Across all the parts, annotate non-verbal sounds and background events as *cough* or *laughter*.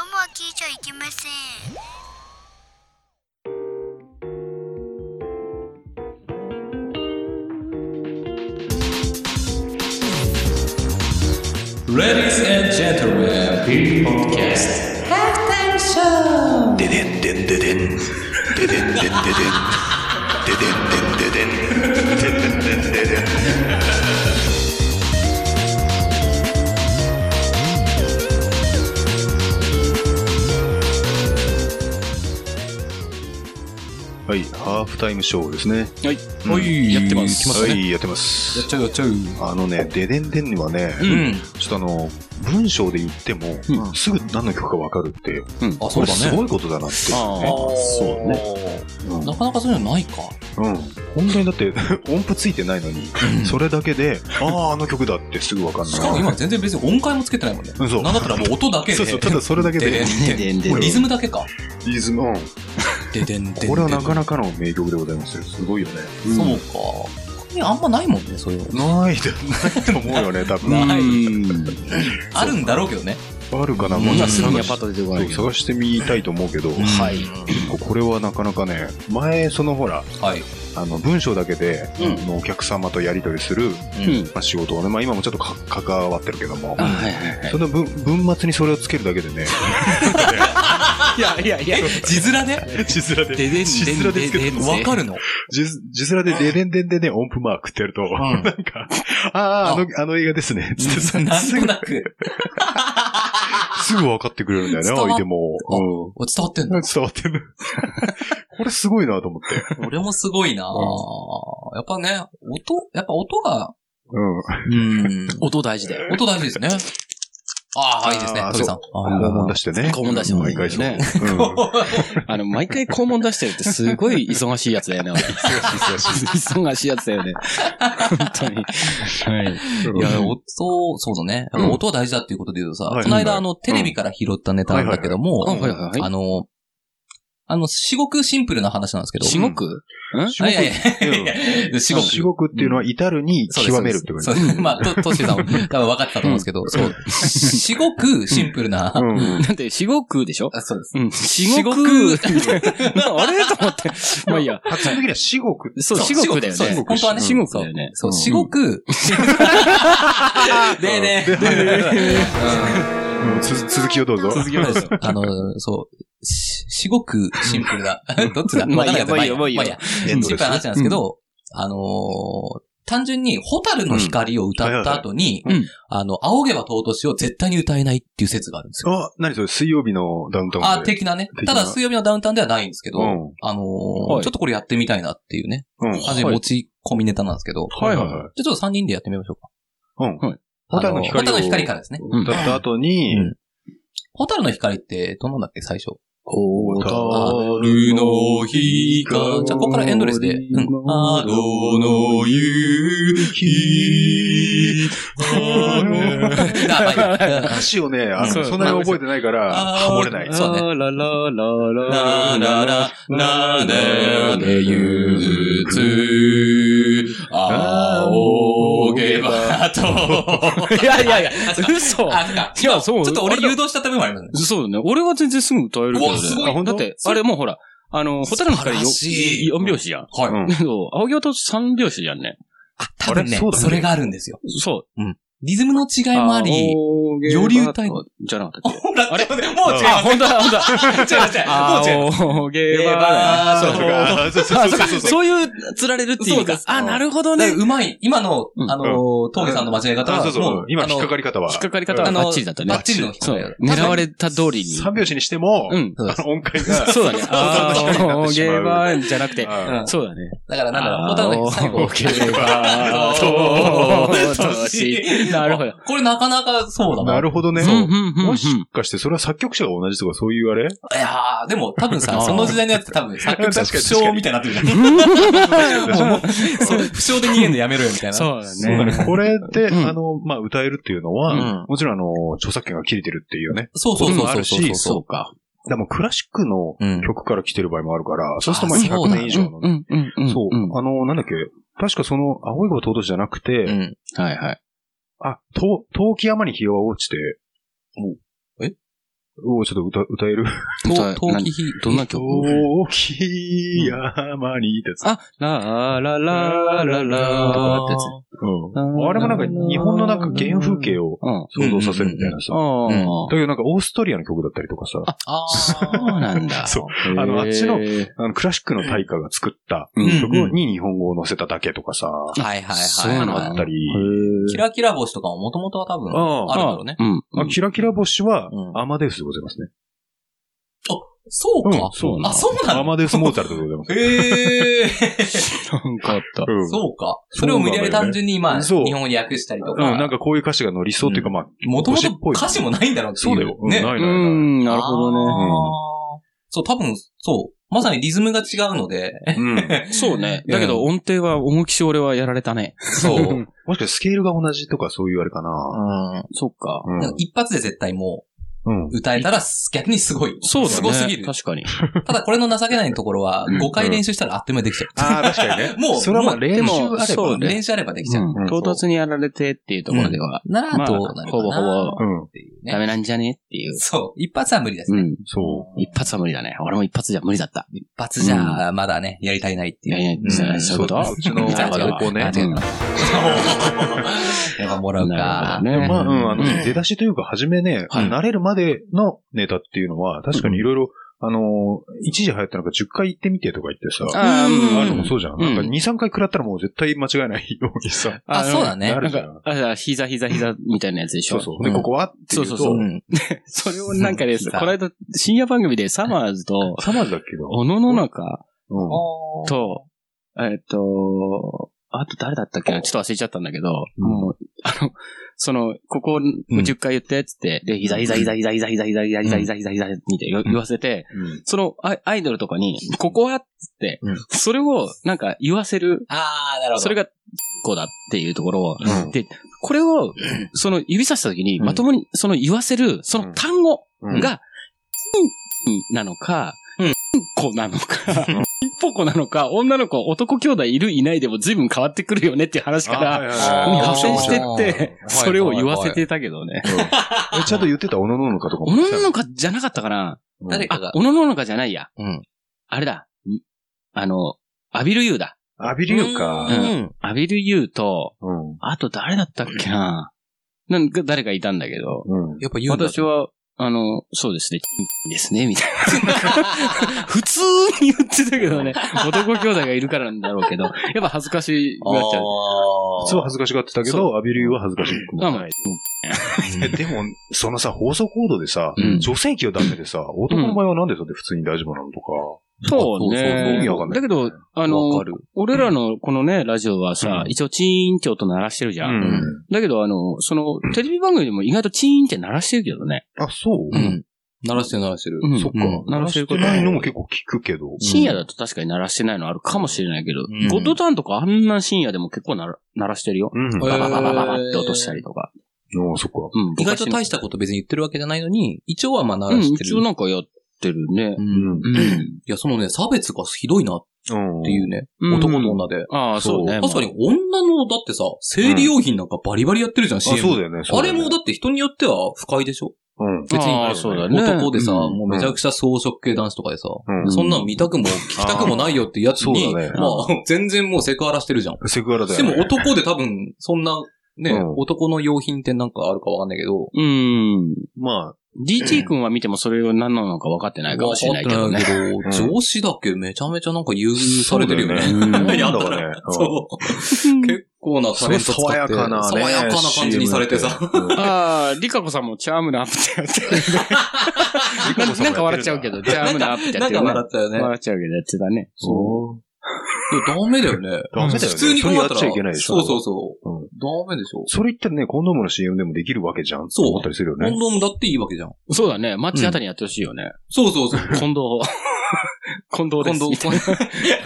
ゃいけませんででんでんででんででんででんででんででんででんででんででんででんはい、ハーフタイムショーですね。はい。はい。やってます。来ましたはね。い、やってます。やっちゃうやっちゃう。あのね、ででんでんはね、うん。ちょっとあの、文章で言っても、うすぐ何の曲かわかるって、うん。あ、こそうれだすね。ごいことだなって、あね。あ。そうね。うんなかなかそういうのないか。うん。本当にだって、音符ついてないのに、それだけで、ああ、あの曲だってすぐわかんない。しかも今全然別に音階もつけてないもんね。うんそうなんだったらもう音だけで。そうそう、ただそれだけでででん、でんでんもうリズムだけか。リズム、うんででんでんでん。これはなかなかの名曲でございますよ。すごいよね。そうか。ここにあんまないもんね、そういうの。ないで、ないと思う *laughs* よね、多分。ないうん。あるんだろうけどね。あるかな、もうちょっ今とすぐに探はしパッと出てこそなういけど。探してみたいと思うけど、はい。これはなかなかね、前、そのほら、はい。あの、文章だけで、うんあのお客様とやり取りする、うん。まあ、仕事をね、まあ今もちょっとか関わってるけどもあ、はいはいはいその文文末にそれをつけるだけでね、いやいやいやえ、字面で字面ででん字で面んででんつけでるん。わかるの字字面でででんでんでんでん音符マークってやると、なんか、ああ、あの、あの映画ですね。つってさなんすとぐ、なく。すぐ分かってくれるんだよね、伝わっ相手も。お伝わってんうの *laughs* ん。伝わってる。これすごいなと思って。俺もすごいなやっぱね、音、やっぱ音が、うん。うん。音大事だよ。音大事ですね。ああ、いいですねあ、ートビさん。肛門出してね。肛門出しても毎いいよ回そう。ね。うん。あの、毎回肛門出してるってすごい *laughs* 忙しいやつだよね。忙しいやつだよね。本当に。はい。いや、音、そうだね。やっぱ音は大事だっていうことで言うとさ、はいこの間、はいあの、テレビから拾ったネタなんだけども、はいはいはいうんはいはいはいあの、あの、至極シンプルな話なんですけど。しごくん至極いやいやいやいや、至極。至極っていうのは至るにそうです極めるってことそうね。ですそうですまあ、と、としさんも多分分かってたと思うんですけど、そう。至極シンプルな、うん。だって、しごくでしょあそうです。うん。しごく。あれと思って。まあいいや。発音的には至極。そう、しごくだよそうね。本当はね、しごくだよね。そう、ん至極。でね。でね。うんつ続きをどうぞ。続きですあの、そう、し、至極シンプルだ。 *laughs* どっちだまあいいやわかんなけどまあいいやままああいいやいいや。エンドシンレプルなス話なんですけど、あのー、単純に、ホタルの光を歌った後にうんはいはい、あの、仰げば尊しを絶対に歌えないっていう説があるんですよ。あ、何それ水曜日のダウンタウンで。あ、的なね。的たなだ、水曜日のダウンタウンではないんですけど、うあんのー、はいちょっとこれやってみたいなっていうね、うん。初め持ち込みネタなんですけど、はいはいはいじゃあちょっと3人でやってみましょうか。うん。あ蛍の光を蛍の光からですね。うんだった後に、うんホタルの光って、どんなんだっけ、最初。お春の日が、じゃあ、ここからエンドレスで。うん。あの夕日。あ、まあいいや歌詞をね、あうのんそんなに覚えてないから、あーハモれない。そうねララララなラらら、ならで憂鬱、仰げばと。いやいやいやあ、そうか嘘あ、そうかいや、そう。ちょっと俺誘導しちゃった部分ありますね。そうだね。俺は全然すぐ歌えるけどうわね。すごいあ本当だって、あれもうほら、あの、ホタルの光よ素晴らしい4拍子じゃん。はい。うんそう。青木渡し3拍子じゃんね。あ、多分あねれそう、だねそれがあるんですよ。そ。リズムの違いうもあり、よより歌いじゃなかったっけあれもう違う。もう違う。あ、本当だ、本当 *laughs* だ。もう違う。青木あそうかそうそうそうそうそういう、釣られるっていうそうかで。すあ、なるほどだねか。らうまい。今のう、んあのー、峠さんの間違い方あは、そうそもうう、。今、あの引っかかり方は。引っかかり方はあのバッチリだったね。バッチリの引っかそかり方う。狙われた通りに。三拍子にしても、うん。そうであすの音階が、そう *laughs* だね。あ蛍の光になっー、てしゲまうーバーじゃなくて。うんそうだね。だからなんだろう、ホタルの最後。ゲーバーなるほど。これなかなかそうだな。なるほどね。ももしかして、それは作曲者が同じとか、そういうあれいやーでも多分さ、その時代のやつって多分作曲者不詳みたいになってるじゃん。もうそう不詳で逃げんのやめろよみたいな。そうだそうだねね。これで、うんあの、まあ、歌えるっていうのは、うんもちろん、あの、著作権が切れてるっていうね。そうそうそうこともあそうそうるそうしそう。か。でも、クラシックのうん曲から来てる場合もあるから、そうすると、まあ、あそう200だ年以上のね。うんうんそううん。あの、なんだっけ、確かその、青い子尊しじゃなくうて、ん。はいはい。あ、と、陶器山に日は落ちて、えをちょっと歌、歌える歌陶器ひ、どんな曲大きい山にってやつ。あ、ラーラララララーってやつ。うん。あれもなんか日本のなんか原風景をうん。あ想像させるみたいなさ。あだけどなんかオーストリアの曲だったりとかさ、あー。そうなんだ。そうへー。あのあっちのはいあのクラシックの大家が作ったうん曲に日本語を載せただけとかさ、あ。はいはいそうはい。なあんだあったり。ーキラキラ星とかももともとは多分、あああるんだろうね。うん。あキラキラ星はう、んアマデウスでございますね。そうか。そうあ、そうなアのマデウス・モーツァルトでござ *laughs* います。ええー。なんかあった。うんそうか。それを無理やり単純に、まあ、日そう本語に訳したりとうん、なんか。かこういう歌詞が乗りそうっていうか、まあ、もとも星っぽとい歌詞もないんだろうっていそうだよ。うんね。ないないうない。ん、なるほどね。あーそう、多分、そう。まさにリズムが違うので。 *laughs* うん。そうね。だけど音程は重きし俺はやられたね。そう。うん。もしかしてスケールが同じとかそういうあれかな。そっか。うんなんか一発で絶対もうん。う、歌えたら逆にすごい。そうだね。すごすぎる。確かに。ただこれの情けないところは、うん5回練習したらあっという間にできちゃう。ああ、確かにねもうそれはまあもう練習あれば。でもそうね練習あればできちゃう。うん唐突にやられてっていうところでは、なら、どうなるかな、まあほぼほうん。っていうダね。メなんじゃねっていう。そう。一発は無理ですうね。ん。そ一発は無理だね。俺も一発じゃ無理だった。い一発じゃ、まだね、やり足りないっていう。やいやう。、そういうことそっちのじゃあ方向ね違。ううんやっぱもらうなか。るほどね。まあ、うん、あの、うん出だしというか、初めね、はい慣れるまでのネタっていうのは、確かにいろいろ、あのー、一時流行ったのが10回行ってみてとか言ってさ、あーあるうのんもそうじゃん。うんなんか2、3回食らったらもう絶対間違えないようにさ。あ、そうだなね。るじゃなんん。あ、じゃあ膝膝膝みたいなやつでしそょ。うそう。で、んここはっていうそと、うそうそうんそれをなんかね、膝この間深夜番組でサマーズと、サマーズだっけど。おのののかうん。と、えっと、あと誰だったっけなちょっと忘れちゃったんだけど、うんもう、あの、その、ここうん10回言ってっつって、で、膝膝膝膝膝膝膝膝膝膝膝膝みたいな言わせて、うんそのアイアイドルとかに、ここはっつってうん、それをなんか言わせる、あー、なるほど。それが、こうだっていうところを、うんで、これを、その指さした時に、うんまともに、その言わせる、その単語うんが、なのうんか、子なのか、一歩子なのか、女の子、男兄弟いるいないでも随分変わってくるよねっていう話から、あー派生してあーっはいて、それを言わせてたけどね。えちゃんと言ってたおのののかとかおものののかじゃなかったかなうん誰あ、おのののかじゃないや。うんあれだ。んあの、アビルユーだ。アビリューうか。ん。アビルユーと、うん。うん。あと誰だったっけななんか誰かいたんだけど、やっぱ言うんだ。私は、あの、そうですね、ですね、みたいな。普通に言ってたけどね、男兄弟がいるからなんだろうけど、やっぱ恥ずかしくなっちゃう。普通は恥ずかしがってたけそど、アビリューは恥ずかしくあもまあない。えでも、そのさ、放送コードでさうん、女性器はダメでさ、男の場合はなんでそれで普通に大丈夫なのとか。そう意ね味わかんなだい。けど、あわのか、る。俺らのこのね、ラジオはさ、うん一応チーンって音鳴らしてるじうゃん。ん。だけど、あの、その、テレビ番組でも意外とチーンって鳴らしてるけどね。あ、そうう、ん。鳴らしてる鳴らしてる。うんそっかうん。鳴鳴ららしてるしこてとないのも結構聞くけど。深夜だと確かに鳴らしてないのあるかもしれないけど、うんゴッドタンとかあんな深夜でも結構鳴ら鳴らしてるよ。うん。えバーバババババって落としたりとか。うんあそっか。うん、意外と僕は大したこと別に言ってるわけじゃないのに、一応はまあ鳴うらん、して一る。応なんかやってるねう。ん。んいや、そのね、差別がひどいなっうん。ていうね。うん男と女で。ああ、そうね。確かに女の、だってさ、生理用品なんかバリバリやってるじゃん、あ、そう CM。だよね。そあうだれよねもだって人によっては不快でしょうん。別にあああれそうだね男でさ、うんもうめちゃくちゃ装飾系男子とかでさ、うんそんなん見たくも聞きたくもないよってやつあに、ーそうだねまあ、全然もうセクハラしてるじゃん。セクハラだでよね。も男で多分、そんな、ね、うん男の用品ってなんかあるかわかんないけど、うん。まあ、 DT 君は見てもそれが何なのか分かってないかもしれないけどわかっね。てないけどうん上司だけめちゃめちゃなんか優遇されてるよね。そうだよねいやうんだからなんだかねうんそう。結構なタレント使って爽やかなね。爽やかな感じにされてさ。。 *laughs* ああ、リカコさんもチャームなアップってやってるねな。なんか笑っちゃうけど、チャームなアップってやなっんてるかね。笑ったよね。いや笑っちゃうけど、やってたね。そダメだよね。ダメだよね普通に考えたら。それやっちゃいけないでしょそうそうそう。うんダメでしょう。。それ言ったらね、コンドームの CM でもできるわけじゃんってそう思ったりするよコンね。ドームだっていいわけじゃん。そうだね。マッチあたりやってほしいよ *laughs* ね。そうそうそう。近藤。近藤です。近藤みたい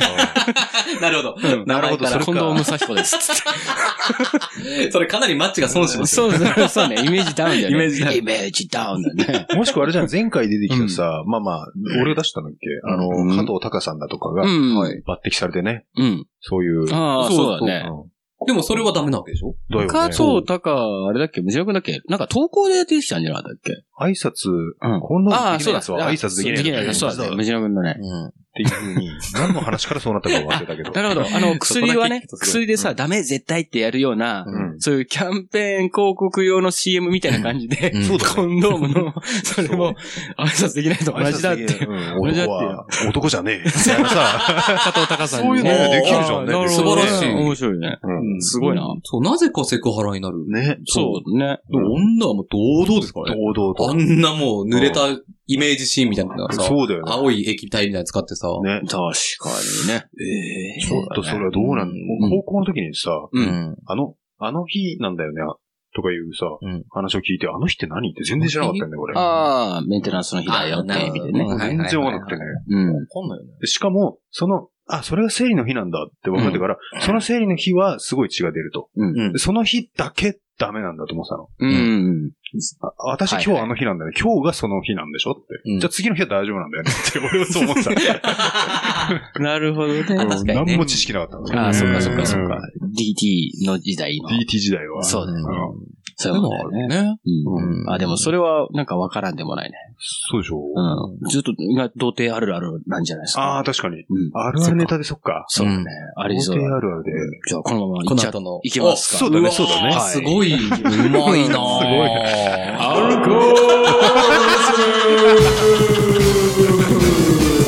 な *laughs* なるほど。 *laughs* うんなるほど近藤それか武蔵彦 *laughs* です。つってそれかなりマッチが損しますよ。そうそうそうね。イメージダウンだよね。イメージダウン *laughs* イメージダウンだね。もしくはあれじゃん、前回出てきたさ、まあまあ、俺が出したんだっけあのうん、加藤隆さんだとかが *laughs* う、ん。抜擢されてね、うん。そういう。ああ、そうだね。うんでもそれはダメなわけでしょだよね。加藤隆、あれだっけ無白くんだっけなんか投稿でやってきたんじゃなかったっけ挨拶、うんこんなのあであ、きそなういだ。やつは挨拶できない。できないやつそうだね。無白くんのね。うん。っていうふうに、何の話からそうなったか忘れたけど。 *laughs* なるほど。あの、薬そこだはねけ聞くと、すごい薬でさ、ダメ絶対ってやるような、うんそういうキャンペーン広告用の CM みたいな感じで、うんそうだコンドームの、それも挨拶できないと同じだって。うん同じだっ男ては、男じゃねえ。み *laughs* たいなさ、加藤隆さんにね。そういうのねできるじゃんねあーなるほどね素晴らしい面白いね。うんすごいな。そう、なぜかセクハラになる。ね。そうね。でも女はもう堂々ですからね。堂々あと。んなもう濡れたイメージシーンみたいなのがさ、そうだよね。青い液体みたいなの使ってさ、ね。確かにね。ええちょっとそれはどうなんうん高校の時にさ、うんん。あの、あの日なんだよね、とかいうさうん、話を聞いて、あの日って何って全然知らなかったんだよ、これ。ああ、メンテナンスの日だよって意味でね。あーなるほど全然わかんなくてね。うん。わかんないよね。でしかも、その、あ、それが生理の日なんだって分かってから、その生理の日はすごい血が出ると。うんうんでその日だけダメなんだと思ってたの。うん。あ私今日あの日なんだよね。今日がその日なんでしょって。うんじゃあ次の日は大丈夫なんだよねって、俺はそう思ってた。 *laughs* なるほどね。うん確かにね何も知識なかったのああ、そっかそっかそっうかん。 DT の時代の。 DT 時代は。そうだね。うんそうでいうこもとだよあるね。ね。うんあ、でもそれはなんかわからんでもないね。そうでしょうん。ずっと、今、童貞あるあるなんじゃないですか。ああ、確かに。うん。あるあるネタでそっか。そうねうん。ありそうだ。あるあるで。じゃあ、このまま行こっのちゃっ後の。いけますかあそうだねわーそうだねはいすごい、うま *laughs* いなぁすごいアルコール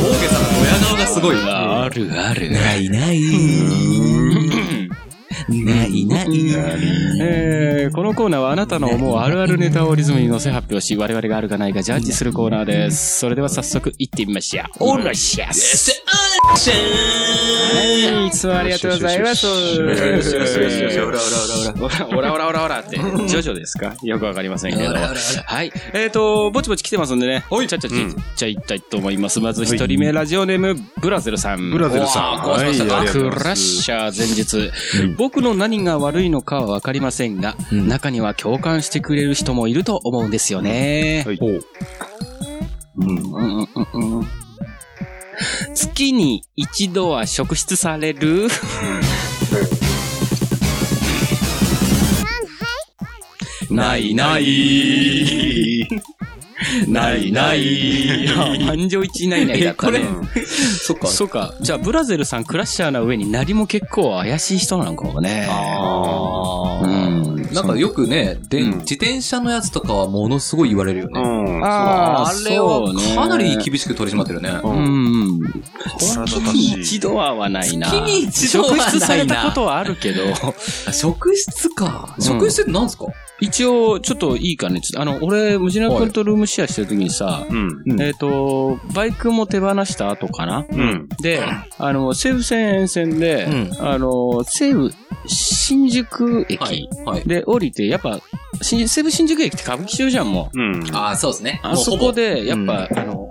大げさなドヤ顔がすごいなあるある。ないない。ないない。えー、このコーナーはあなたの思うあるあるネタをリズムに乗せ発表し、我々があるかないかジャッジするコーナーです。それでは早速行ってみましょう。おろしやすはい、いつもありがとうございます。オラオラオラオラって、ジョジョですかよくわかりませんけど。はい。えっ、ー、と、ぼちぼち来てますんでね。はい。ちゃっちゃっちゃ、じゃあ行きたいと思います。まず一人目、ラジオネーム、ブラゼルさん。ブラゼルさん。おー壊しましたかはいありがとうごクざいラまッすシャー前日、僕の何が悪いのかはわかりませんが、うん中には共感してくれる人もいると思うんですよね。はい。うん。うんうんうんうん月に一度は職質されるないない。ない *laughs* ない。満場一致ないないだったね。そっか。そうか。じゃあ、ブラゼルさん、クラッシャーな上に何も結構怪しい人なのかもね。あうーん。なんかよくね、で、うん自転車のやつとかはものすごい言われるよね。うん。ああーれはかなりそうね厳しく取り締まってるね。ううんん。腹月立たしいに一度ははないな。月に一度はないな職質されたことはあるけど、あ職質か。うん職質って何すか、一応、ちょっといいかね。ちょっとあの、俺、ムジナ君とルームシェアしてる時にさ、うん。えっと、バイクも手放した後かなうん。で、あの、西武線沿線で、うんあの、西武新宿駅、はい。はい。で降りて、やっぱ、新西武新宿駅って歌舞伎町じゃん、もう。うん。ああ、そうですね。あそこで、やっぱ、あの、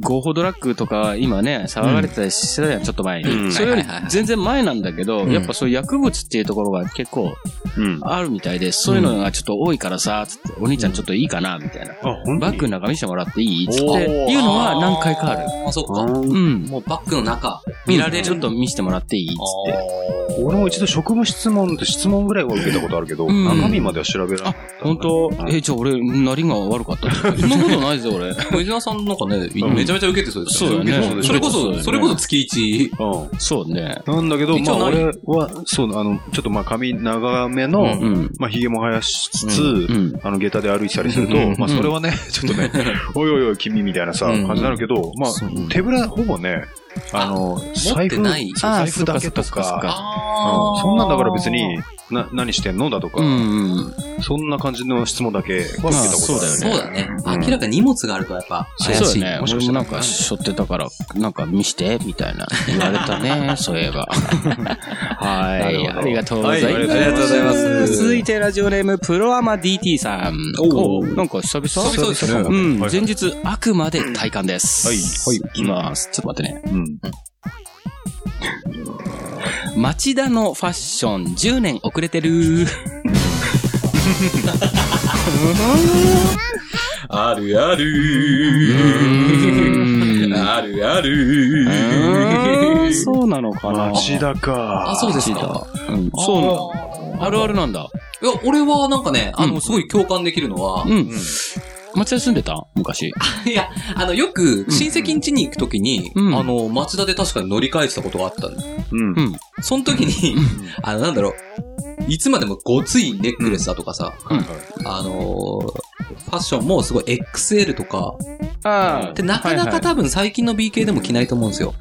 合法ドラッグとか、今ね、騒がれてたりしてたやん、ちょっと前に。うんそれよりはいはいはいはい全然前なんだけど、うんやっぱそういう薬物っていうところが結構うん。あるみたいで、そういうのがちょっと多いからさ、つって、お兄ちゃんちょっといいかな、みたいな。あ、ほんバッグの中見せてもらっていいつって、いうのは何回かある。る。あ、そっか。うんうん。もうバッグの中、見られる。ちょっと見せてもらっていいつって。俺も一度職務質問って質問ぐらいは受けたことあるけど、うん中身までは調べられなあかっ、た本当うんえ、じゃあ俺、何が悪かった *laughs* のそんなことないぜ、俺。藤沢さんなんかね、んめちゃめちゃ受けてそうですよそうだねもそれこそうだそ、ねそれこそ月一。うそうね。ん。なんだけど、一ま応あない俺は、そう、あの、ちょっとまあ髪長めうのん、うん。まあ髭も生やしつつ、うん。あの、下駄で歩いてたりすると、うんまあ、それはね、 *laughs* ちょっとね、おいおいおい、君みたいなさ、うん感じになるけど、まあそう、手ぶら、ほぼね、あの、財持布、ってないそう財布だけとあーそっかそっかそか、っかうあんそんなんだから別に、な、何してんのだとかう、んうん。そんな感じの質問だけは受けたことまあそうだよねそうだね。うん明らかに荷物があるとやっぱ怪そうしい。だね。もし俺かしもたならんか背負ってたから、なんか見して、みたいな。言われた *laughs* ね、そういえば。はい。なるほどありがとうございます。はいありがとうございます続いてラジオネーム、プロアマ DT さん。おうおなんか久々久々ですねう。うんん。はい前日、あくまで体感です。。はいきます。ちょっと待ってうね。ん。町田のファッション、10年遅れてる。あるある。 *laughs* ああるあるうんそうなのかな。町田か。あ、そうです町か。田うん、そうなの。あるあるなんだ。いや、俺はなんかね、あうの、すごい共感できるのは、うん。町田住んでた昔。いや、あの、よく、親戚ん家に行くときに、うんあの、町田で確かに乗り換えてたことがあったんだ。うん。その時に、あの、なんだろう、いつまでもごついネックレスだとかさ、うんあのーファッションもすごい XL とか、あで、なかなか多分最近の BK でも着ないと思うんですよ。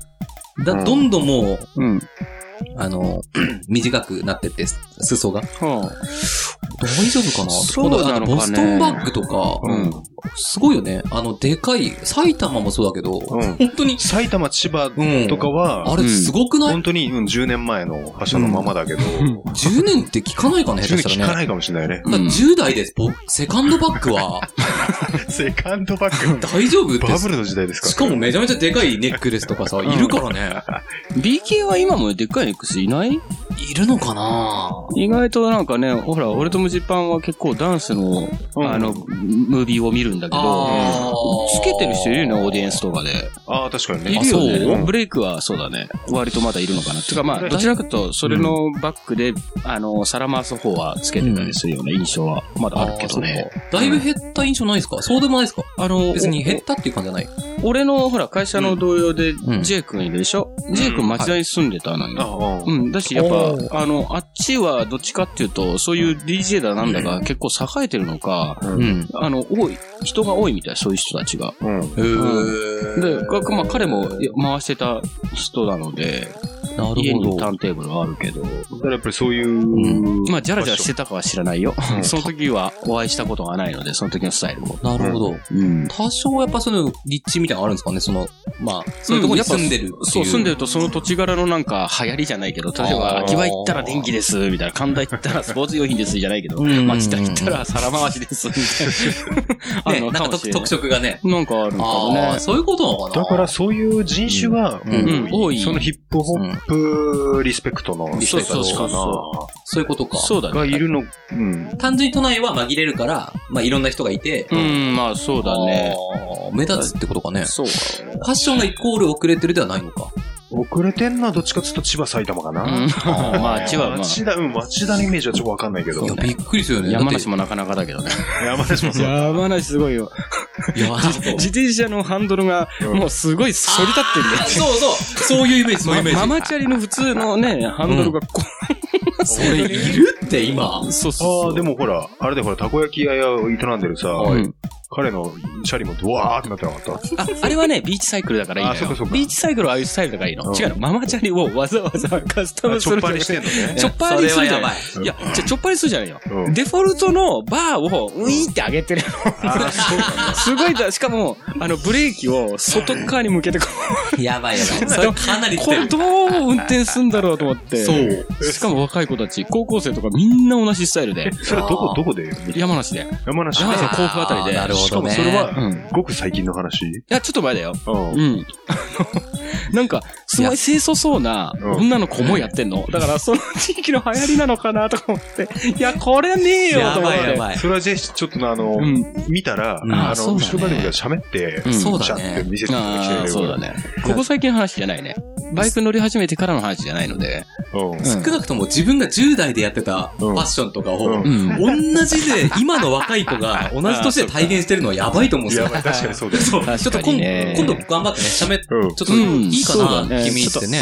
だ、どんどんもう、うん。あの、 *clears throat* 短くなってって、裾が。は大丈夫かなそうなのかねあとボストンバッグとか、うんすごいよね。あの、でかい、埼玉もそうだけど、うん本当に、埼玉、千葉うん。とかは、あれすごくない、本当にうん10年前の発車のままだけど、10 ?10 年って聞かないかな下年手し聞たかね。らないかもし *laughs* れないね。だから10代でぼセカンドバッグはセカンドバッグ。大丈夫って。 *laughs* バブルの時代ですかしかもめちゃめちゃでかいネックレスとかさ、いるからね。い。BK は今もでっかいネックスいないいるのかな意外となんかね、ほら、俺とムジパンは結構ダンスの、うんあの、ムービーを見るんだけど、あつーけてる人いるよね、オーディエンスとかで。ああ、確かにね。いるよね。うんブレイクはそうだね。割とまだいるのかな。てかまあ、どちらかというと、それのバックで、あの、皿回す方はつけてたりするような印象はまだあるけどね。あー。そうかだいぶ減った印象ないですかそうでもないですかあの、別に減ったっていう感じじゃない。お俺のほら、会社の同僚でん J 君いるでしょ ?J 君町田に住んでたのああよ。うん。だし、やっおーぱ、あの、あっちはどっちかっていうと、そういう DJ だなんだが結構栄えてるのか、う。うんん。あの、多い、人が多いみたい、そういう人たちが。うん。へーで、かまあ、彼も回してた人なので、な家るほにど。ターンテーブルはあるけど、だからやっぱりそういう。まあ、じゃらじゃらしてたかは知らないよ。うん *laughs* その時はお会いしたことがないので、その時のスタイルを。なるほど。うん。多少やっぱその立地みたいなのあるんですかねその、まあ、そういうところに住んでるっていう。そう、住んでる。るとその土地柄のなんか流行りじゃないけど、例えば、あー秋葉行ったら電気です、みたいな、神田行 *laughs* ったらスポーツ用品です、じゃないけど、うん町田行ったら皿回しです、みたいね、な。なんか特特徴。色がね。なんかあるんだろうああー、ね。そういうことなのかなだからそういう人種がうんもううん多いそのヒップホップリスペクトの人そうたそうちそかうそそういうことかう。。そうなだがいね。るの。うん。単純に都内は紛れるから、まあいろんな人がいて。うん、まあそうだね。あー。目立つってことかね。そうだね。ファッションがイコール遅れてるではないのか。遅れてんのはどっちかっつうと千葉、埼玉かな。うんまあ、千葉はま町田、うん、町田のイメージはちょっとわかんないけどいや、。びっくりするよあ、ね。山梨も。もなかなかだけどね。山梨もそう。山梨すごいよ。いや、そう自転車のハンドルが、うんもうすごい反り立ってんだよ。そう。そういうイメージ、そういうイメージ。ママチャリの普通のね、ハンドルがこそれいるって今。う、そうそう。ああ、でもほら、あれでほら、たこ焼き屋を営んでるさ、うん、彼のシャリもドワーってなってなかった。あ、あれはね、ビーチサイクルだからいいのあそうよかそう。かビーチサイクルはああいうスタイルだからいいの。うん違うの。ママチャリをわざわざカスタムあすチるョッパーんじゃないにしてんのね。チョッパーにすそるれじゃはやなばいい。いや、じゃあチョッパーにするじゃないよ。うんデフォルトのバーをウィーって上げてるああ、そうなんだ。すごいだ、しかも、あの、ブレーキを外側に向けてこやばいやばい。それかなりう、来こてれる。どう運転すんだろうと思って。そう。しかも若い子たち、高校生とかみんな同じスタイルで。それどこ、どこで山梨で。山梨山で梨の甲府あたりでーなるほしかどもね。それは、ん。いごく最近の話や、ちょっと前だよ。うんうん。なんか、すごい清楚そうなうん女の子もやってんの。だから、その地域の流行りなのかなとか思って。いや、これねえよ、やと思っばいやて。ばい。それはぜひ、ちょっとあのう、ん。見たら、んああその、うだね後ろからが喋ってう、んそうちゃだんっねて。見せてきあてあ、そうだね。ここ最近の話じゃないね。バイク乗り始めてからの話じゃないので。うんうん少なくとも自分が10代でやってたファッションとかを、うんうん。同じで、今の若い子が同じ年で体現してるのはやばいと思うんですよや。ばい、確かにそうだよ。そう。ちょ確っとか今にね今度頑張ってね、喋って、うんちょっとうんいいかそうだな、ね君ってね。 *laughs*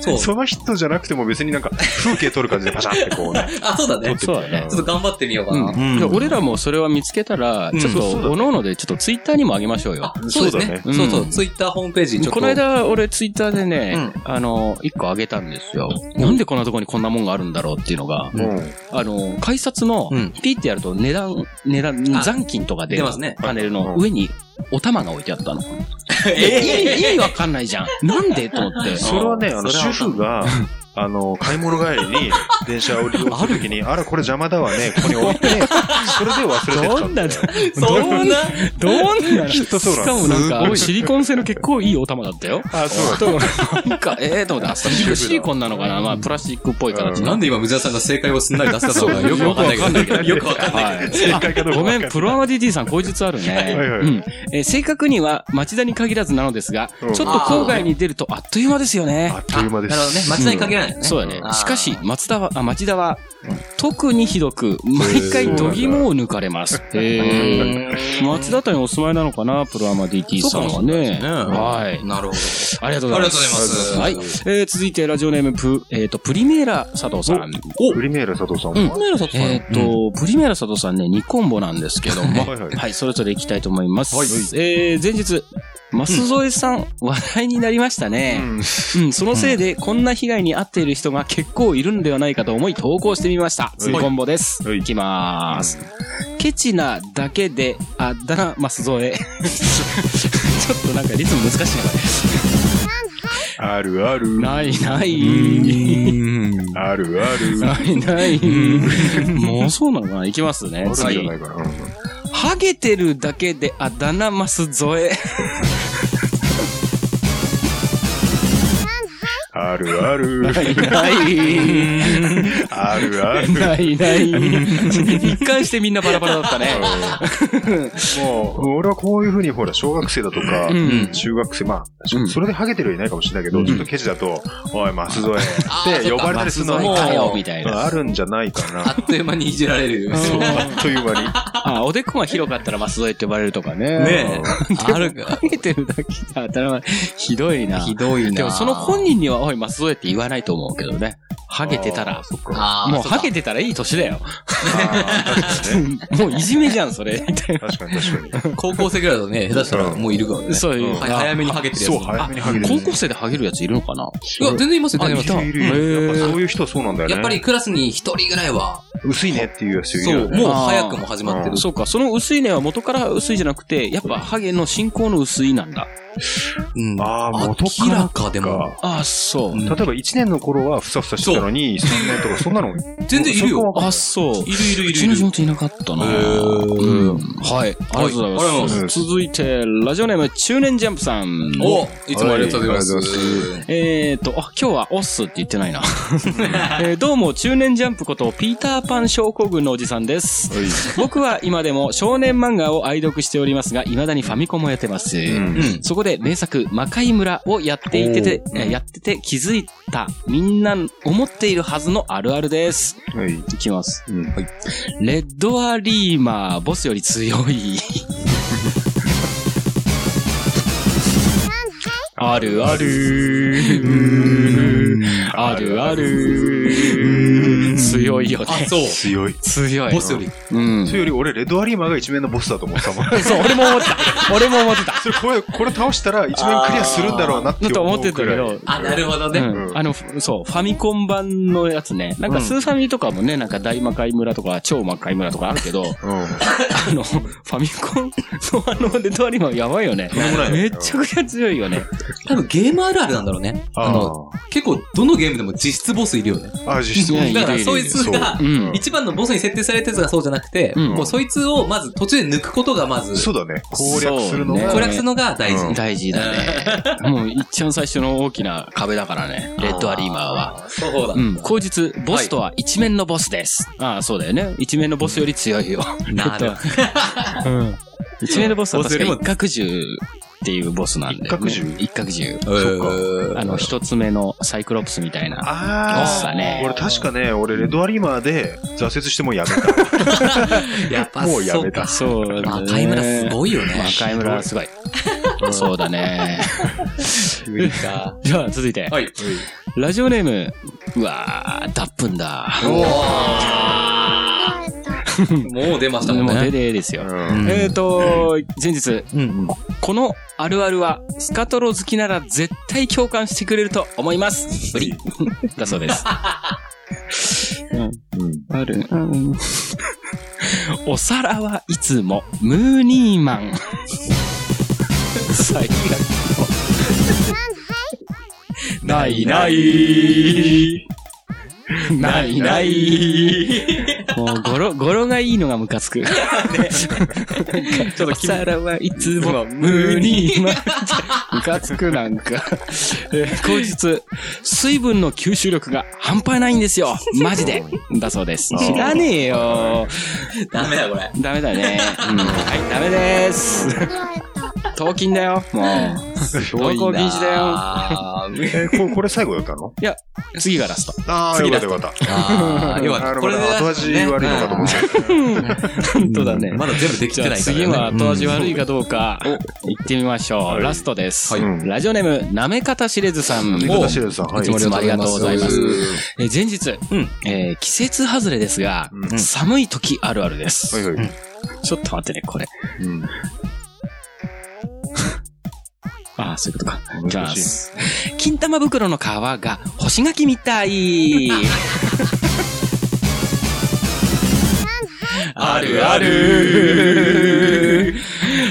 そうその人じゃなくても別になんか風景撮る感じでパシャってこうね。あ、そうだね。ちそうだね。ょっと頑張ってみようかな。うん、俺らもそれは見つけたら、うんちょっと、そうそうだねおのおので、ちょっとツイッターにもあげましょうよあ。、そうですね。そそううだねそうう。んツイッターホームページにちょっと。この、 *laughs* 間、俺ツイッターでね、あの、一個あげたんですよ。なんでこんなとこにこんなもんがあるんだろうっていうのが、うん。あの、改札のうん、ピーってやると値段、値段、あ残金とか出出るますねパネルの上に、お玉が置いてあったの。意味、意味わかんないじゃん。なんでと思っ *laughs* て。それはね、あその、れは主婦が、あの、買い物帰りに電車を降りるときに、あら、これ邪魔だわね、ここに置いて、それで忘れてったどんな、そんな、どんな、きっとそうしなかんもなんか、シリコン製の結構いいお玉だったよ。あ、そうだ。なんか、ええと *laughs* 思って、あそれシリコンなのかなまあ、プラスチックっぽい形。なんで今、無駄さんが正解をすんなり出したのかよくわかんないけど。 *laughs* よくわかんないけはい。正解かどうかごわかめないん、プロアマ DT さん、口述あるね。はいはいうんえー正確には町田に限らずなのですが、ちうょんっと郊外に出るとあっという間ですよねあ。っという間なでるほどね。す。町田に限らないよね。そうだねあ。ーしかし、松田は、あ、町田は、特にひどく、毎回度肝を抜かれ *laughs* ます。へー松田とにお住まいなのかな、プロアマ DT さんはね。はい。なるほど。ありがとうございます。あはりいがとうございま。えー続いて、ラジオネーム、プ、えっと、プリメーラ佐藤さん。おプリメール佐藤さんうんは。えっ、と、プリメラ佐藤さんね、2コンボなんですけども、はいはいはい、それぞれ行きたいと思います。えー前日、舛添さん、話題になりましたね。うん、そのせいで、こんな被害に遭っている人が結構いるんではないかと思い投稿してみました。2コンボです。はいいきまーす。ケチなだけで、あ、だな、舛 *laughs* 添。ちょっとなんかリズム難しいあるある。な。ないない。あるある。ないない。もうそうなのかな行きますね。あるんじゃ次な。いかな。うんハゲてるだけであだ名ます *laughs* 添え。あるある。ない。あるある。ないない。一貫してみんなバラバラだったね。もう、俺はこういうふうに、ほら、小学生だとか、ん中学生、まあ、それでハゲてるはいないかもしれないけど、ちょっとケチだと、おい、マス添えって呼ばれたりするのあも *laughs* そっか舛添かよみたいなあるんじゃないかな。あっという間にいじられる。そう、 *laughs* あっという間に。あ、おでこが広かったらます添えって呼ばれるとかね。ねえ。あるか。ハゲてるだけであだ名まひどいな。ひどいな。でもその本人には、おい、ます添えって言わないと思うけどね。ハゲてたら。あーもうそうかハゲてたらいい年だよ。あー確かにね。もういじめじゃん、それ。確かに確か高校生ぐらいだとね、下手したらもういるからね。そういう。は早めにハゲてに。るやつ。そう、早めにハゲて高る。校生でハゲるやついるのかないや、全然いますよ、全然いますいるいるやっぱそういう人はそうなんだよね。やっぱりクラスに一人ぐらいは、薄いねっていうやついるそよう、ね。もう早くも始まってる。そうか、その薄いねは元から薄いじゃなくて、やっぱハゲの進行の薄いなんだ。うんあー元から明らかでも。かあ、そう例えんば1年の頃はふさふさしてたのに、3年とかそんなの。全然いるそこよ。はあ、そう。いるいるういるちいのる地。元いなかったな。へーうんはい。ありはいあがとうございまりがとうございす。ます続いて、ラジオネーム、中年ジャンプさん。おいつもありがとうございます。はいありがとうござえーと、あ、今日はオッスって言ってない *laughs* な。えーどうも、中年ジャンプこと、ピーターパン症候群のおじさんです。僕は今でも少年漫画を愛読しておりますが、未だにファミコンもやってます。うんそこで名作、魔界村をやっていてて、えーやってて気づいた、みんな思っているはずのあるあるです。はい。いきます。うんレッドアリーマー、ボスより強い。あるある。あるある。強いよね。あ、そう。強い。強い。ボスより。うん。それより俺、レッドアリーマーが一面のボスだと思ってたもん。そう、俺も思った。俺も思ってた。それこれ、これ倒したら一面クリアするんだろうなってちょっと思思っうてたくらけい。ど。あ、なるほどうね。ん、あの、ふそう、ファミコン版のやつね。なんか、スーファミとかもね、なんか、大魔界村とか、超魔界村とかあるけど、あの、ファミコンのあの、デトアリマンやばいよね。めっちゃくちゃ強いよね。多分ゲームあるあるなんだろうね。あの、結構どのゲームでも実質ボスいるよね。うん。あ、実質いやいるだかいらるそいつがう、ん。一番のボスに設定されたやつがそうじゃなくて、うんこうそいつをまず途中で抜くことがまず、そうだね。攻略するのそう攻がね。略するのが大事。うん大事だね。もう、一番最初の大きな壁だからね。レッドアリーマーは。あ。そうだう。ん。後日、ボスとは一面のボスです。ああ、そうだよね。一面のボスより強いよ。なるほど。うん。 *laughs* 一面のボスは確ボかスよ一り角獣っていうボスなんで、ね。一角獣一角獣。そあの、一つ目のサイクロプスみたいな。ボスあだねあ。俺確かね、俺、レッドアリーマーで挫折してもうやめ *laughs* た。やっぱもうやめそたう。そうだね。まあ、貝村すごいよね。まあ、赤い村はす *laughs* ごい。そうだね。か。 *laughs* じゃあ、続いて。はい。ラジオネーム。うわー、脱粉だ。もう出ましたもんもうデね。デですよ。うんえっと、前日、うんうん。このあるあるは、スカトロ好きなら絶対共感してくれると思います。 *laughs* ブリ。だそうです。うんある。お皿はいつも、ムーニーマン。最悪。ないない。ないない。もう、語呂、語呂がいいのがムカつく。ちょっとお皿はいつも無にまムカつくなんか。えー後日、水分の吸収力が半端ないんですよ。マジで。だそうです。知らねえよ。ダメだ、これ。ダメだね。うんはい、ダメです。頭筋だよ、もう。多い登校禁止だよなーえーここれ最後だったの次がラスト。ああ、よ次かだったよかった。あーよかっなた。るほど。後味悪いのかと思っねた。本当だね。まだ全部できてじゃなあいからね。次は後味悪いかどうか、行ってみましょう。ラストです。はいうんラジオネーム、なめかたしれずさん。三お方シエルさん。はいつもありがとうございます。す。えー前日、えー季節外れですが、うん寒い時あるあるではいす。はい。ちょっと待ってね、これ。うんああ、そういうことか。いきま難しいす。金玉袋の皮が干し柿みたい。あるある。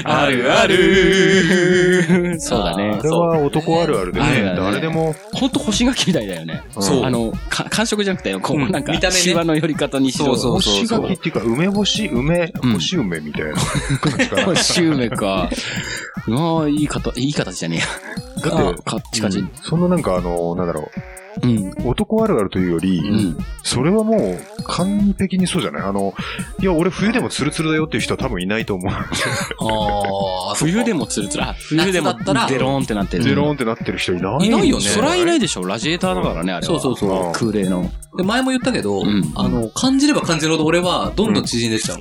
あるある。そうだねこ。れは男あるあるであるね。あるね誰でも。ほんと干し柿みたいだよね。うんそうあの、か感触じゃなくて、こう、うんなんか、見た目ねシワの寄り方にしろ。そう干そうしそう柿っていうか、梅干し、梅、うん干し梅みたいな感じかな。干し梅か。ああ、いい形、いい形じゃねえや。だってあカッチカチ。そんななんかあの、なんだろうん。う、男あるあるというより、うん。それはもう完璧にそうじゃないあの、いや、俺冬でもツルツルだよっていう人は多分いないと思う。ああ、冬でもツルツル。あ冬でも夏だったらデローンってなってる。ゼローンってなってる人いないいないよねそらいないでしょ。ラジエーターだからね、あれは。そうそうそう空冷の。で、前も言ったけど、うんあの、感じれば感じるほど俺はどんどん縮んできちゃう。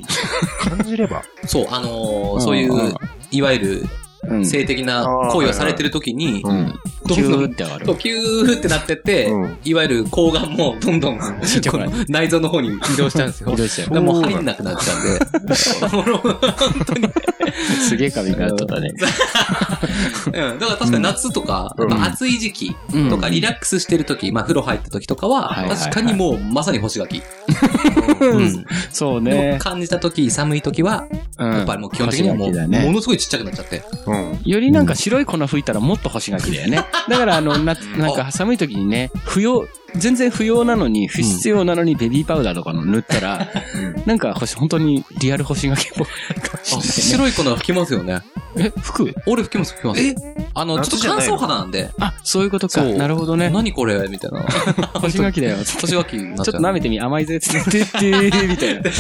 感じれば。そう、あのーそういううん、いわゆるうん。性的な行為をされてる時に、うん。どキんュどーん、って上がるそう。キューってなってって、うんいわゆる睾丸もどんどん、ちっちゃくなるこの内臓の方に移動しちゃうんですよ。移動しちゃうでもう入んなくなっちゃうんで。 *laughs* すげえ髪があったね。うん、だから確かに夏とか、うんやっぱ暑い時期うんとか、リラックスしてる時、まあ風呂入った時とかは、はいはいはい確かにもうまさに干し柿。うんそうでもね。感じた時、寒い時は、ややっぱりもう基本的にはもう、ものすごいちっちゃくなっちゃって。うん。よりなんか白い粉吹いたらもっと干し柿だよね。だからあの、な、なんか寒い時にね、不要、全然不要なのに、不必要なのにベビーパウダーとかの塗ったら、なんか干し、本当にリアル干し柿っぽいかもあしれないね。白い粉吹きますよね。え、服俺吹きます、吹きます。えあの、ちょ夏っじとゃ乾ない燥の肌なんで、あ、そういうことか。そうなるほどね。何これみたいな。干し柿だよ。ちょっ干し柿になとっちちゃょうっと舐めてみ、甘いぜ、つって、てって、みたいな。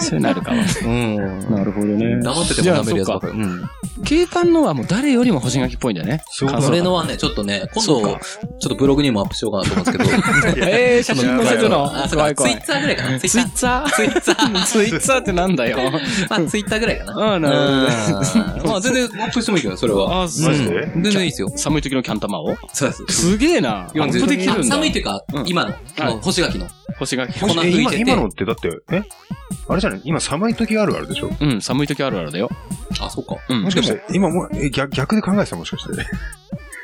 そういうのあるかも。うん。なるほどね黙ってても舐めるやつばっかり。うん。警官のはもう誰よりも干し柿っぽいんだよね。そう乾燥肌俺のはね、ちょっとね、今そう度、ちょかっとブログにもアップしようかなと思うんですけど。えー、写真載せるの *laughs* あ、そう怖か、い怖ツイいッ。ターぐらいかな。ツイッツイッターツイッターツイッターってなんだよ。ター。まあ、ツイッターぐらいかな。うん、なるうん *laughs* まあ、全然アップしてもいいけど、それは。あそうマジで全然いいですよ。寒い時のキャン玉をそうです。すげえな。ア40ップできるんだ。あ寒いというかう、ん今の、あのはい干し柿の。星が粉吹いて今、て今のってだって、えあれじゃない今寒い時あるあるでしょうん、寒い時あるあるだよ。あ、そうか。うんもし。かして、今もう、え逆逆で考えてたもしかして。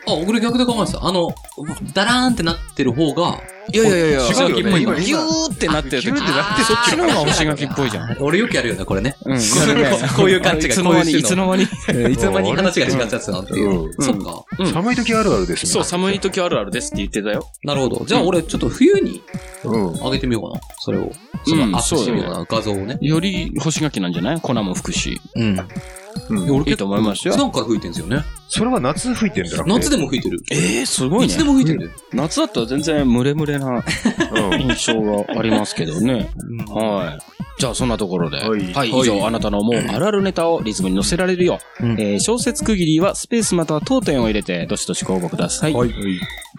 あ、俺逆で考えてた。あの、ダラーンってなってる方が、いやいやいや、干し柿っぽいギのュ。ーってなってる時。ギューってなってそっちの方が星がきっぽいじゃん。俺よくやるよね、これね。 *laughs* うん、こういう感じがいつの間に、こういういつの間に。いつの間に話が違っちゃってたなっていう。うんそっか。うん寒い時あるあるですね。そう、寒い時あるあるですって言ってたよ。なるほど。じゃあ俺、ちょっと冬にうん。上げてみようかな。それを。そのアップしてみようかそな、画像をね。より干し柿なんじゃない粉も吹くし。うん。うん。いいと思いますよ。なんか吹いてるんですよね。それは夏吹いてんじゃなくて。夏でも吹いてる。えー、すごいいつでね。も吹いてる。夏だったら全然ムレムレなうん。印象がありますけどね。はい。じゃあ、そんなところで。ははいい。以上、あなたの思うあるあるネタをリズムに乗せられるよう。うんえー小説区切りはスペースまたは当店を入れて、どしどしご応募ください。はい。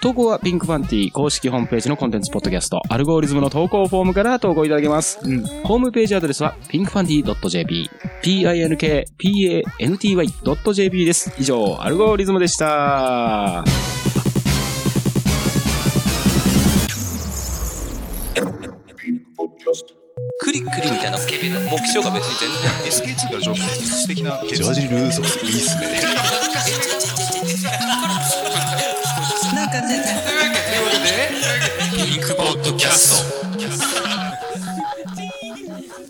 投稿はピンクパンティ公式ホームページのコンテンツポッドキャスト、アルゴリズムの投稿フォームから投稿いただけます。ホームページアドレスは、ピンクパンティ .jp、pinkpanty.jp です。以上、アルゴリズムでした。クリクリみたいなスケベな目標が別に全然 SK2 から上手素敵なジョージ・ルーソーいいっすね。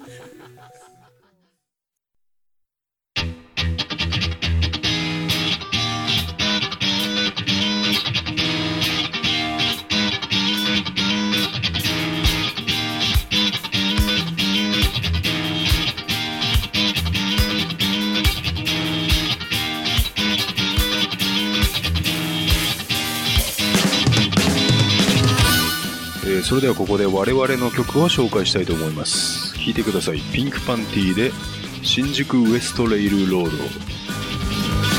「それではここで我々の曲を紹介したいと思います聴いてくださいピンクパンティーで新宿ウエストレイルロード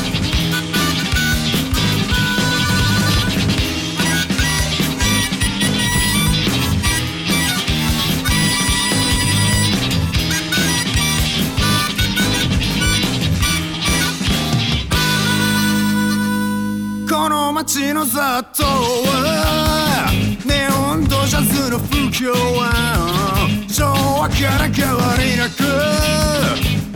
街の雑踏はネオンとジャズの不況は昭和から変わりなく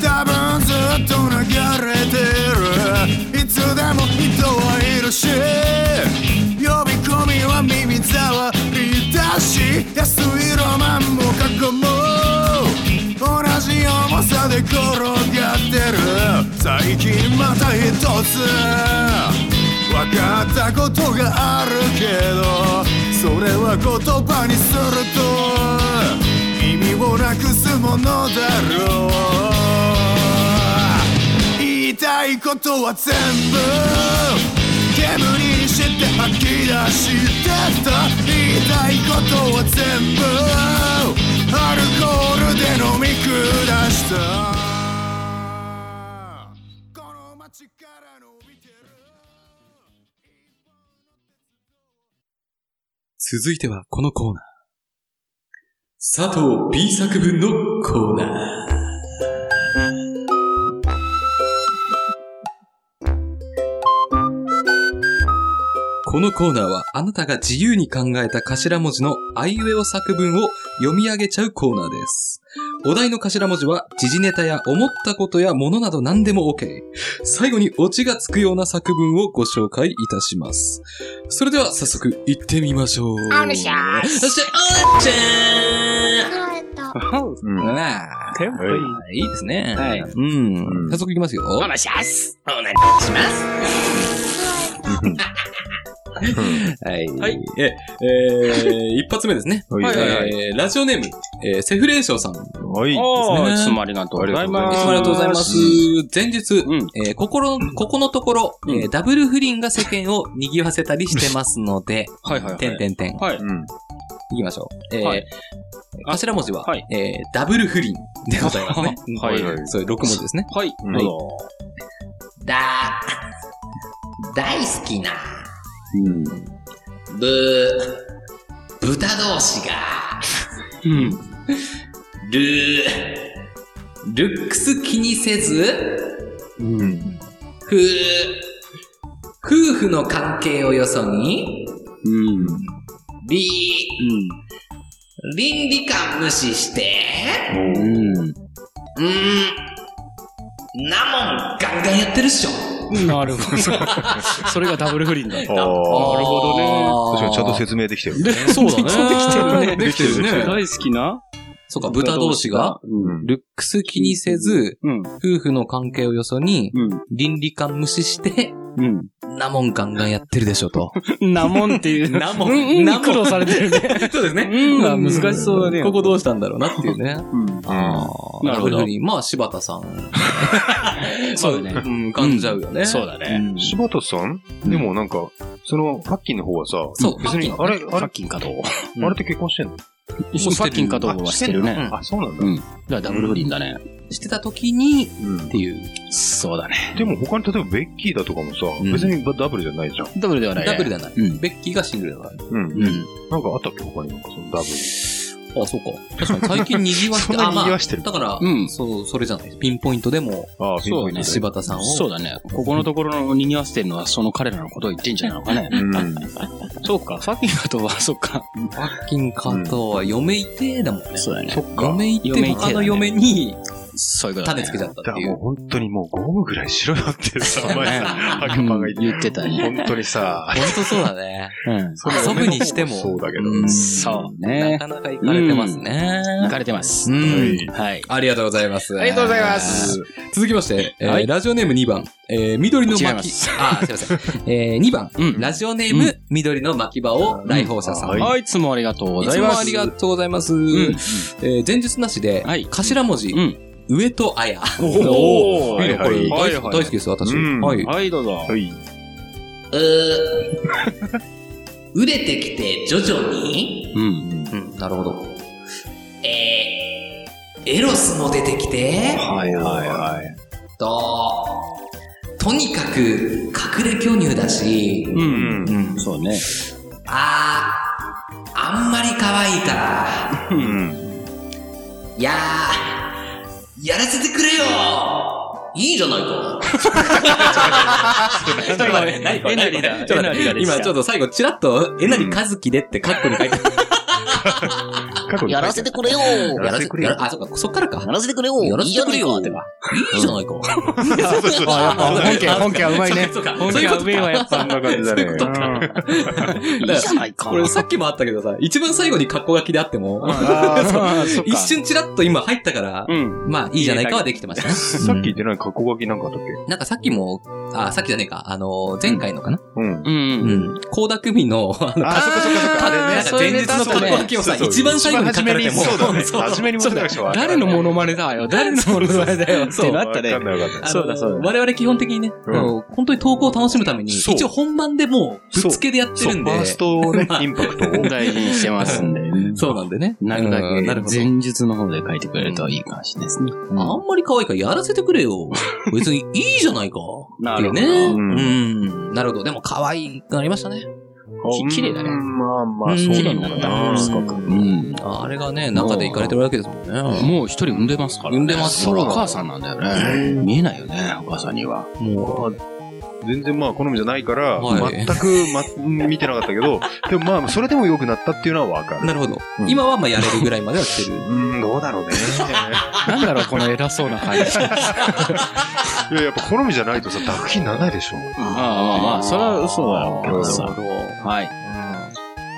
多分ずっと流れてるいつでも人はいるし呼び込みは耳障りだし安いロマンも過去も同じ重さで転がってる最近また一つ分かったことがあるけどそれは言葉にすると意味をなくすものだろう言いたいことは全部煙にして吐き出してた言いたいことは全部アルコールで飲み下したこの街からの続いてはこのコーナー。佐藤 B 作文のコーナー。このコーナーはあなたが自由に考えた頭文字のあいうえお作文を読み上げちゃうコーナーです。お題の頭文字は時事ネタや思ったことやものなど何でも OK。最後にオチがつくような作文をご紹介いたします。それでは早速行ってみましょう。あるしゃーそして、あるしゃーうん。ああ。テンポいい。いいですね。はい。うん。早速行きますよ。。おなしゃす。おなしますはい。はい。え、えー、一発目ですね。はい。えー、ラジオネーム、えー、セフレーショーさん。はい。ですね。いつもありがとうございます。いつもありがとうございます。前日、えー、心、ここのところ、えダブル不倫が世間を賑わせたりしてますの *laughs* で、はいはい。てんてんてん。はい。いきましょう。えー、頭文字は、えダブル不倫でございますね。 *laughs* はい。それ6文字ですね。はい。はい。だ、大好きな。うん、ぶ、豚同士が、うん、る、ルックス気にせず、うん、ふ、夫婦の関係をよそに、うん、り、うん、倫理観無視して、うん、うん、なもんガンガンやってるっしょ。なるほど。 *laughs* それがダブル不倫だ。なるほどね。確かにちゃんと説明できてる。そうだね。できてるね。大好きなそうか、豚同士が、ルックス気にせず、夫婦の関係をよそに、倫理観無視して、なもんガンガンやってるでしょと。なもんっていう。なもん。な苦労されてるね。 *laughs* そうですね。うん、難しそうだね。ここどうしたんだろうなっていうね。ああ。なるほど。まあ、柴田さん。 *laughs* そうだね。うん、感じちゃうよね。そうだね。柴田さんでもなんか、その、パッキンの方はさ、別に、あれ、あれ、パッキンかと。あれって結婚してんの一緒パッキンかとはしてるね。あ、そうなんだ。うん。だからダブル不倫だね。してた時に、っていう。そうだね。でも他に例えばベッキーだとかもさ、別にダブルじゃないじゃん。ダブルではない。ダブルではない。ベッキーがシングルだから。うん。うん。なんかあったっけ他になんかそのダブル。あ、そうか。確かに最近賑わ *laughs* してる。賑わしてる。だから、うん。そう、それじゃない。ピンポイントでも、ああ、ピンポイント。柴田さんを。そうだね。ここのところの賑わしてるのは、その彼らのことを言ってんじゃないのかね。うん。そうか。ファッキンカとは、そっか。ファッキンカとは、嫁いてだもんね。 *laughs* そうだね。そっか。嫁いて、他の嫁に、そういうこと種つけちゃったっていう。もう本当にもうゴムぐらいしろよってさ、お前さ、悪魔が言ってたね。本当にさ。本当そうだね。うん。遊ぶにしても。そうだけど。そうなね。かなか行かれてますね。行かれてます。うん。はい。ありがとうございます。ありがとうございます。続きまして、えラジオネーム2番、え緑の巻。あ、すいません。 *laughs* え2番、ラジオネーム、緑の巻き場を来訪者さん。はい、いつもありがとうございます。いつもありがとうございます。え前述なしで、頭文字、上戸彩。おおいいこれ。大好きです、私。はい。はい、どうぞ。はい。うー。 *laughs* 熟れてきて徐々に、うん。うん、なるほど。えー、エロスも出てきて、はいはいはい。と、とにかく隠れ巨乳だし、うん。うん。そうね。あー、あんまり可愛いから、うん。いやー、やらせてくれよいいじゃないか。ちょっと待って何これえなりだ。ちょっえとな待りっがてでした今ちょっと最後チラッと、えなりかずきでってカッコに書いてある。過去にやらせてくれよややららせせててくくれれよよ。あ、そっか、そっからか。やらせてくれよやらせてくれよいいじてゃねか。いいじゃないか。あ、やっぱ本家、本家はうまい *laughs* ね。そうか本家はうめえわ、やっぱ。な感じだね。うんえかいいじゃないか。これさっきもあったけどさ、一番最後にカッコ書きであっても、ああ、そっか一。瞬チラッと今入ったから、うん。まあいいじゃないかはできてましたね。さっき言ってない過去書きなんかあったっけなんかさっきも、あ、さっきじゃねえか、あの、前回のかなうん。うん。うん。高田組の、あの、あ、そこそこそこ。あれなんか前日の格好書きをさ、一番最後に書初かめれにても、そうだね。そう初めにそうだ持ってきた人は誰のモノマネだよ誰のモノマネだよってなったわねかん。ないわかんない。そうだそうだ我々基本的にね、うんあの本当に投稿を楽しむために、そう一応本番でもう、ぶっつけでやってそう、るフんで。ァーストをね、インパクトを。大事にしてますんで。そうなんでね。なるだうんなるほけ、ど。前述の方で書いてくれるといいかもしれないですね。あんまり可愛いからやらせてくれよ。別にいいじゃないか。なっていうね。どうん。なるほど。でも可愛いがありましたね。き綺麗だねうんまあまあ、そう綺麗にななのっかた。な。すごく。うん。あれがね、中で行かれてるわけですもんね。もう一人産んでますからね。産んでますそかられお母さんなんだよね。見えないよね、お母さんには。全然まあ、好みじゃないから、はい全く、ま、見てなかったけど、でもまあ、それでも良くなったっていうのはわかる。なるほどう。ん今はまあやれるぐらいまでは来 *laughs* てる。うん、どうだろうね。なんだろう、この偉そうな *laughs* 感じ。いや、やっぱ好みじゃないとさ、作品にならないでしょ。ああ、まあ、それは嘘だろうけどさ。はい。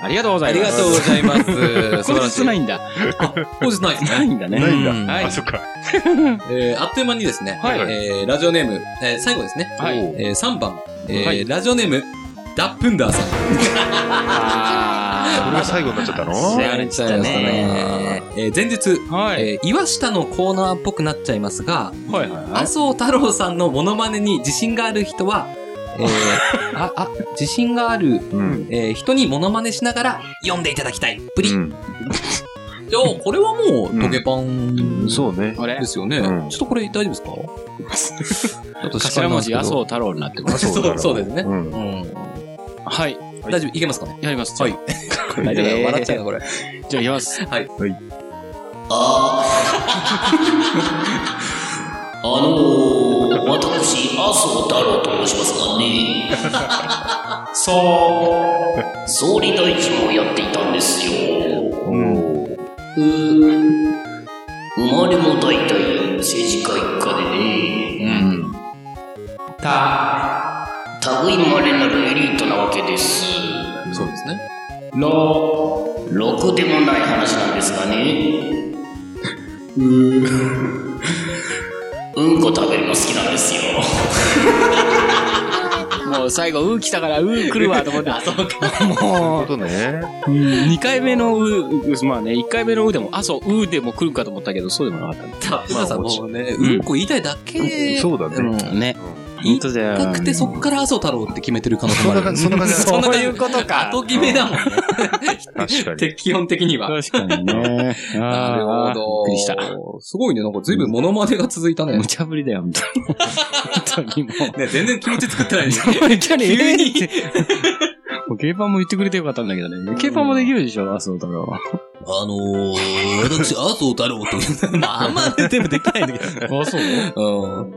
ありがとうござあいります。がとうございます。 *laughs* 素晴こられしい少な。いんだ。本日ないですなね。いんだね。ないんだ。うんはいあ、そっか。えーあっという間にですね、はいえーラジオネーム、えー最後ですね。はいえー3番、えーはいラジオネーム、ダップンダーさん。これあが最後になっちゃったの知られちゃいましたね。えー前日、あ。はい。えー岩下のコーナーっぽくなっちゃいますが、はいはいはい麻生太郎さんのモノマネに自信がある人は、えーあ、あ、自信がある、うん。えー人にモノマネしながら読んでいただきたい。プリ。ういや、んこれはもう、トゲパンそう *laughs* ね。これで、すよね。うんちょっとこれ大丈夫ですかちょっと頭文字、麻生う。太郎になってます。そうだろそうですねうんうん。はい。大丈夫、いけますかねやります。はいじゃ *laughs* 大丈夫だよ笑っちゃうえな、これ。あ。じゃあ、いきます。あのー、私、麻生太郎と申しますがね。そう。総理大臣をやっていたんですよ。うー生まれも大体政治家一家でね。うん。た、類まれなるエリートなわけです。そうですね。ろ、ろくでもない話なんですがね。うー、うんこ食べるの好きなんですよ。もう最後、うー来たから、うー来るわと思って。あ、そうか。もうこ、とね。うん二回目のうー、まあね、一回目のうーでも、あ、そう、うーでも来るかと思ったけど、そうでもなかっダップンダーさんもうね、んうんこ言いたいだけ。そうだね。た。ね。言いただよくて、そっから麻生太郎って決めてる可能性もある。そんな感じそんな感じそういうことか後決めだもんね。確かに。て基本的には。確かに *laughs* ね。なるほど。びっくりした。すごいね、なんか随分モノマネが続いたね無。茶ぶりだよ、本 *laughs* 当に。本当にもう。ね、全然気持ち作って *laughs* ないね。急に、えーって。もう、競馬も言ってくれてよかったんだけどね。競馬もできるでしょ、麻生太 *laughs* 郎。あのー、私、麻生太郎 *laughs* という、まあ、あんまり全部できないんだけど。 *laughs* あ、そうう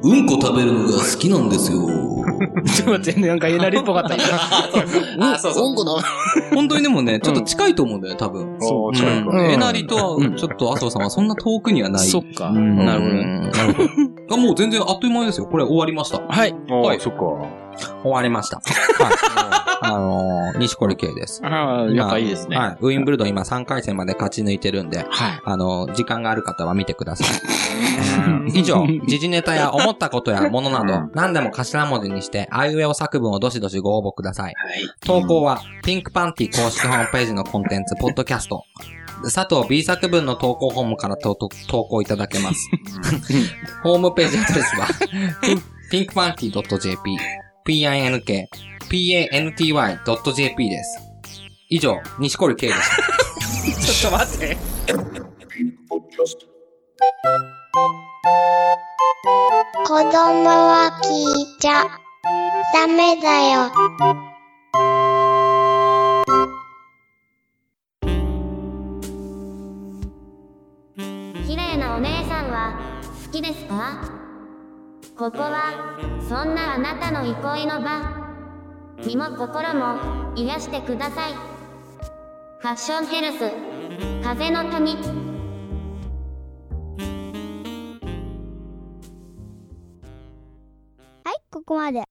んうんこ食べるのが好きなんですよ。ちょっと待って、なんか、えなりっぽかった。 *laughs* あ、そうそう。文句だ。本当にでもね、ちょっと近いと思うんだよね、多分。そう、う近いん。か。えなりとは、ちょっと麻生さんはそんな遠くにはない。そっか。うんなるほどね。なるほど。あもう全然あっという間ですよ。これ終わりました。はい。あはいあ、そっか。終わりました。はい。あのー、西堀圭です。ああ、やっぱいいですね。はい。ウィンブルドン今3回戦まで勝ち抜いてるんで、はい。あの、時間がある方は見てください。以上、時事ネタや思ったことやものなど、何でも頭文字にして、あいうえお作文をどしどしご応募ください。投稿は、ピンクパンティ公式ホームページのコンテンツ、ポッドキャスト、佐藤 B 作文の投稿フォームからとと投稿いただけ *laughs* ます。ホームページアドレスは、ピンクパンティ .jp、pink, panty.jp です。以上、西堀圭でした。ちょっと待って。子供は聞いちゃダメだよ。綺麗なお姉さんは好きですかここはそんなあなたの憩いの場身も心も癒してくださいファッションヘルス風の谷はい、ここまで。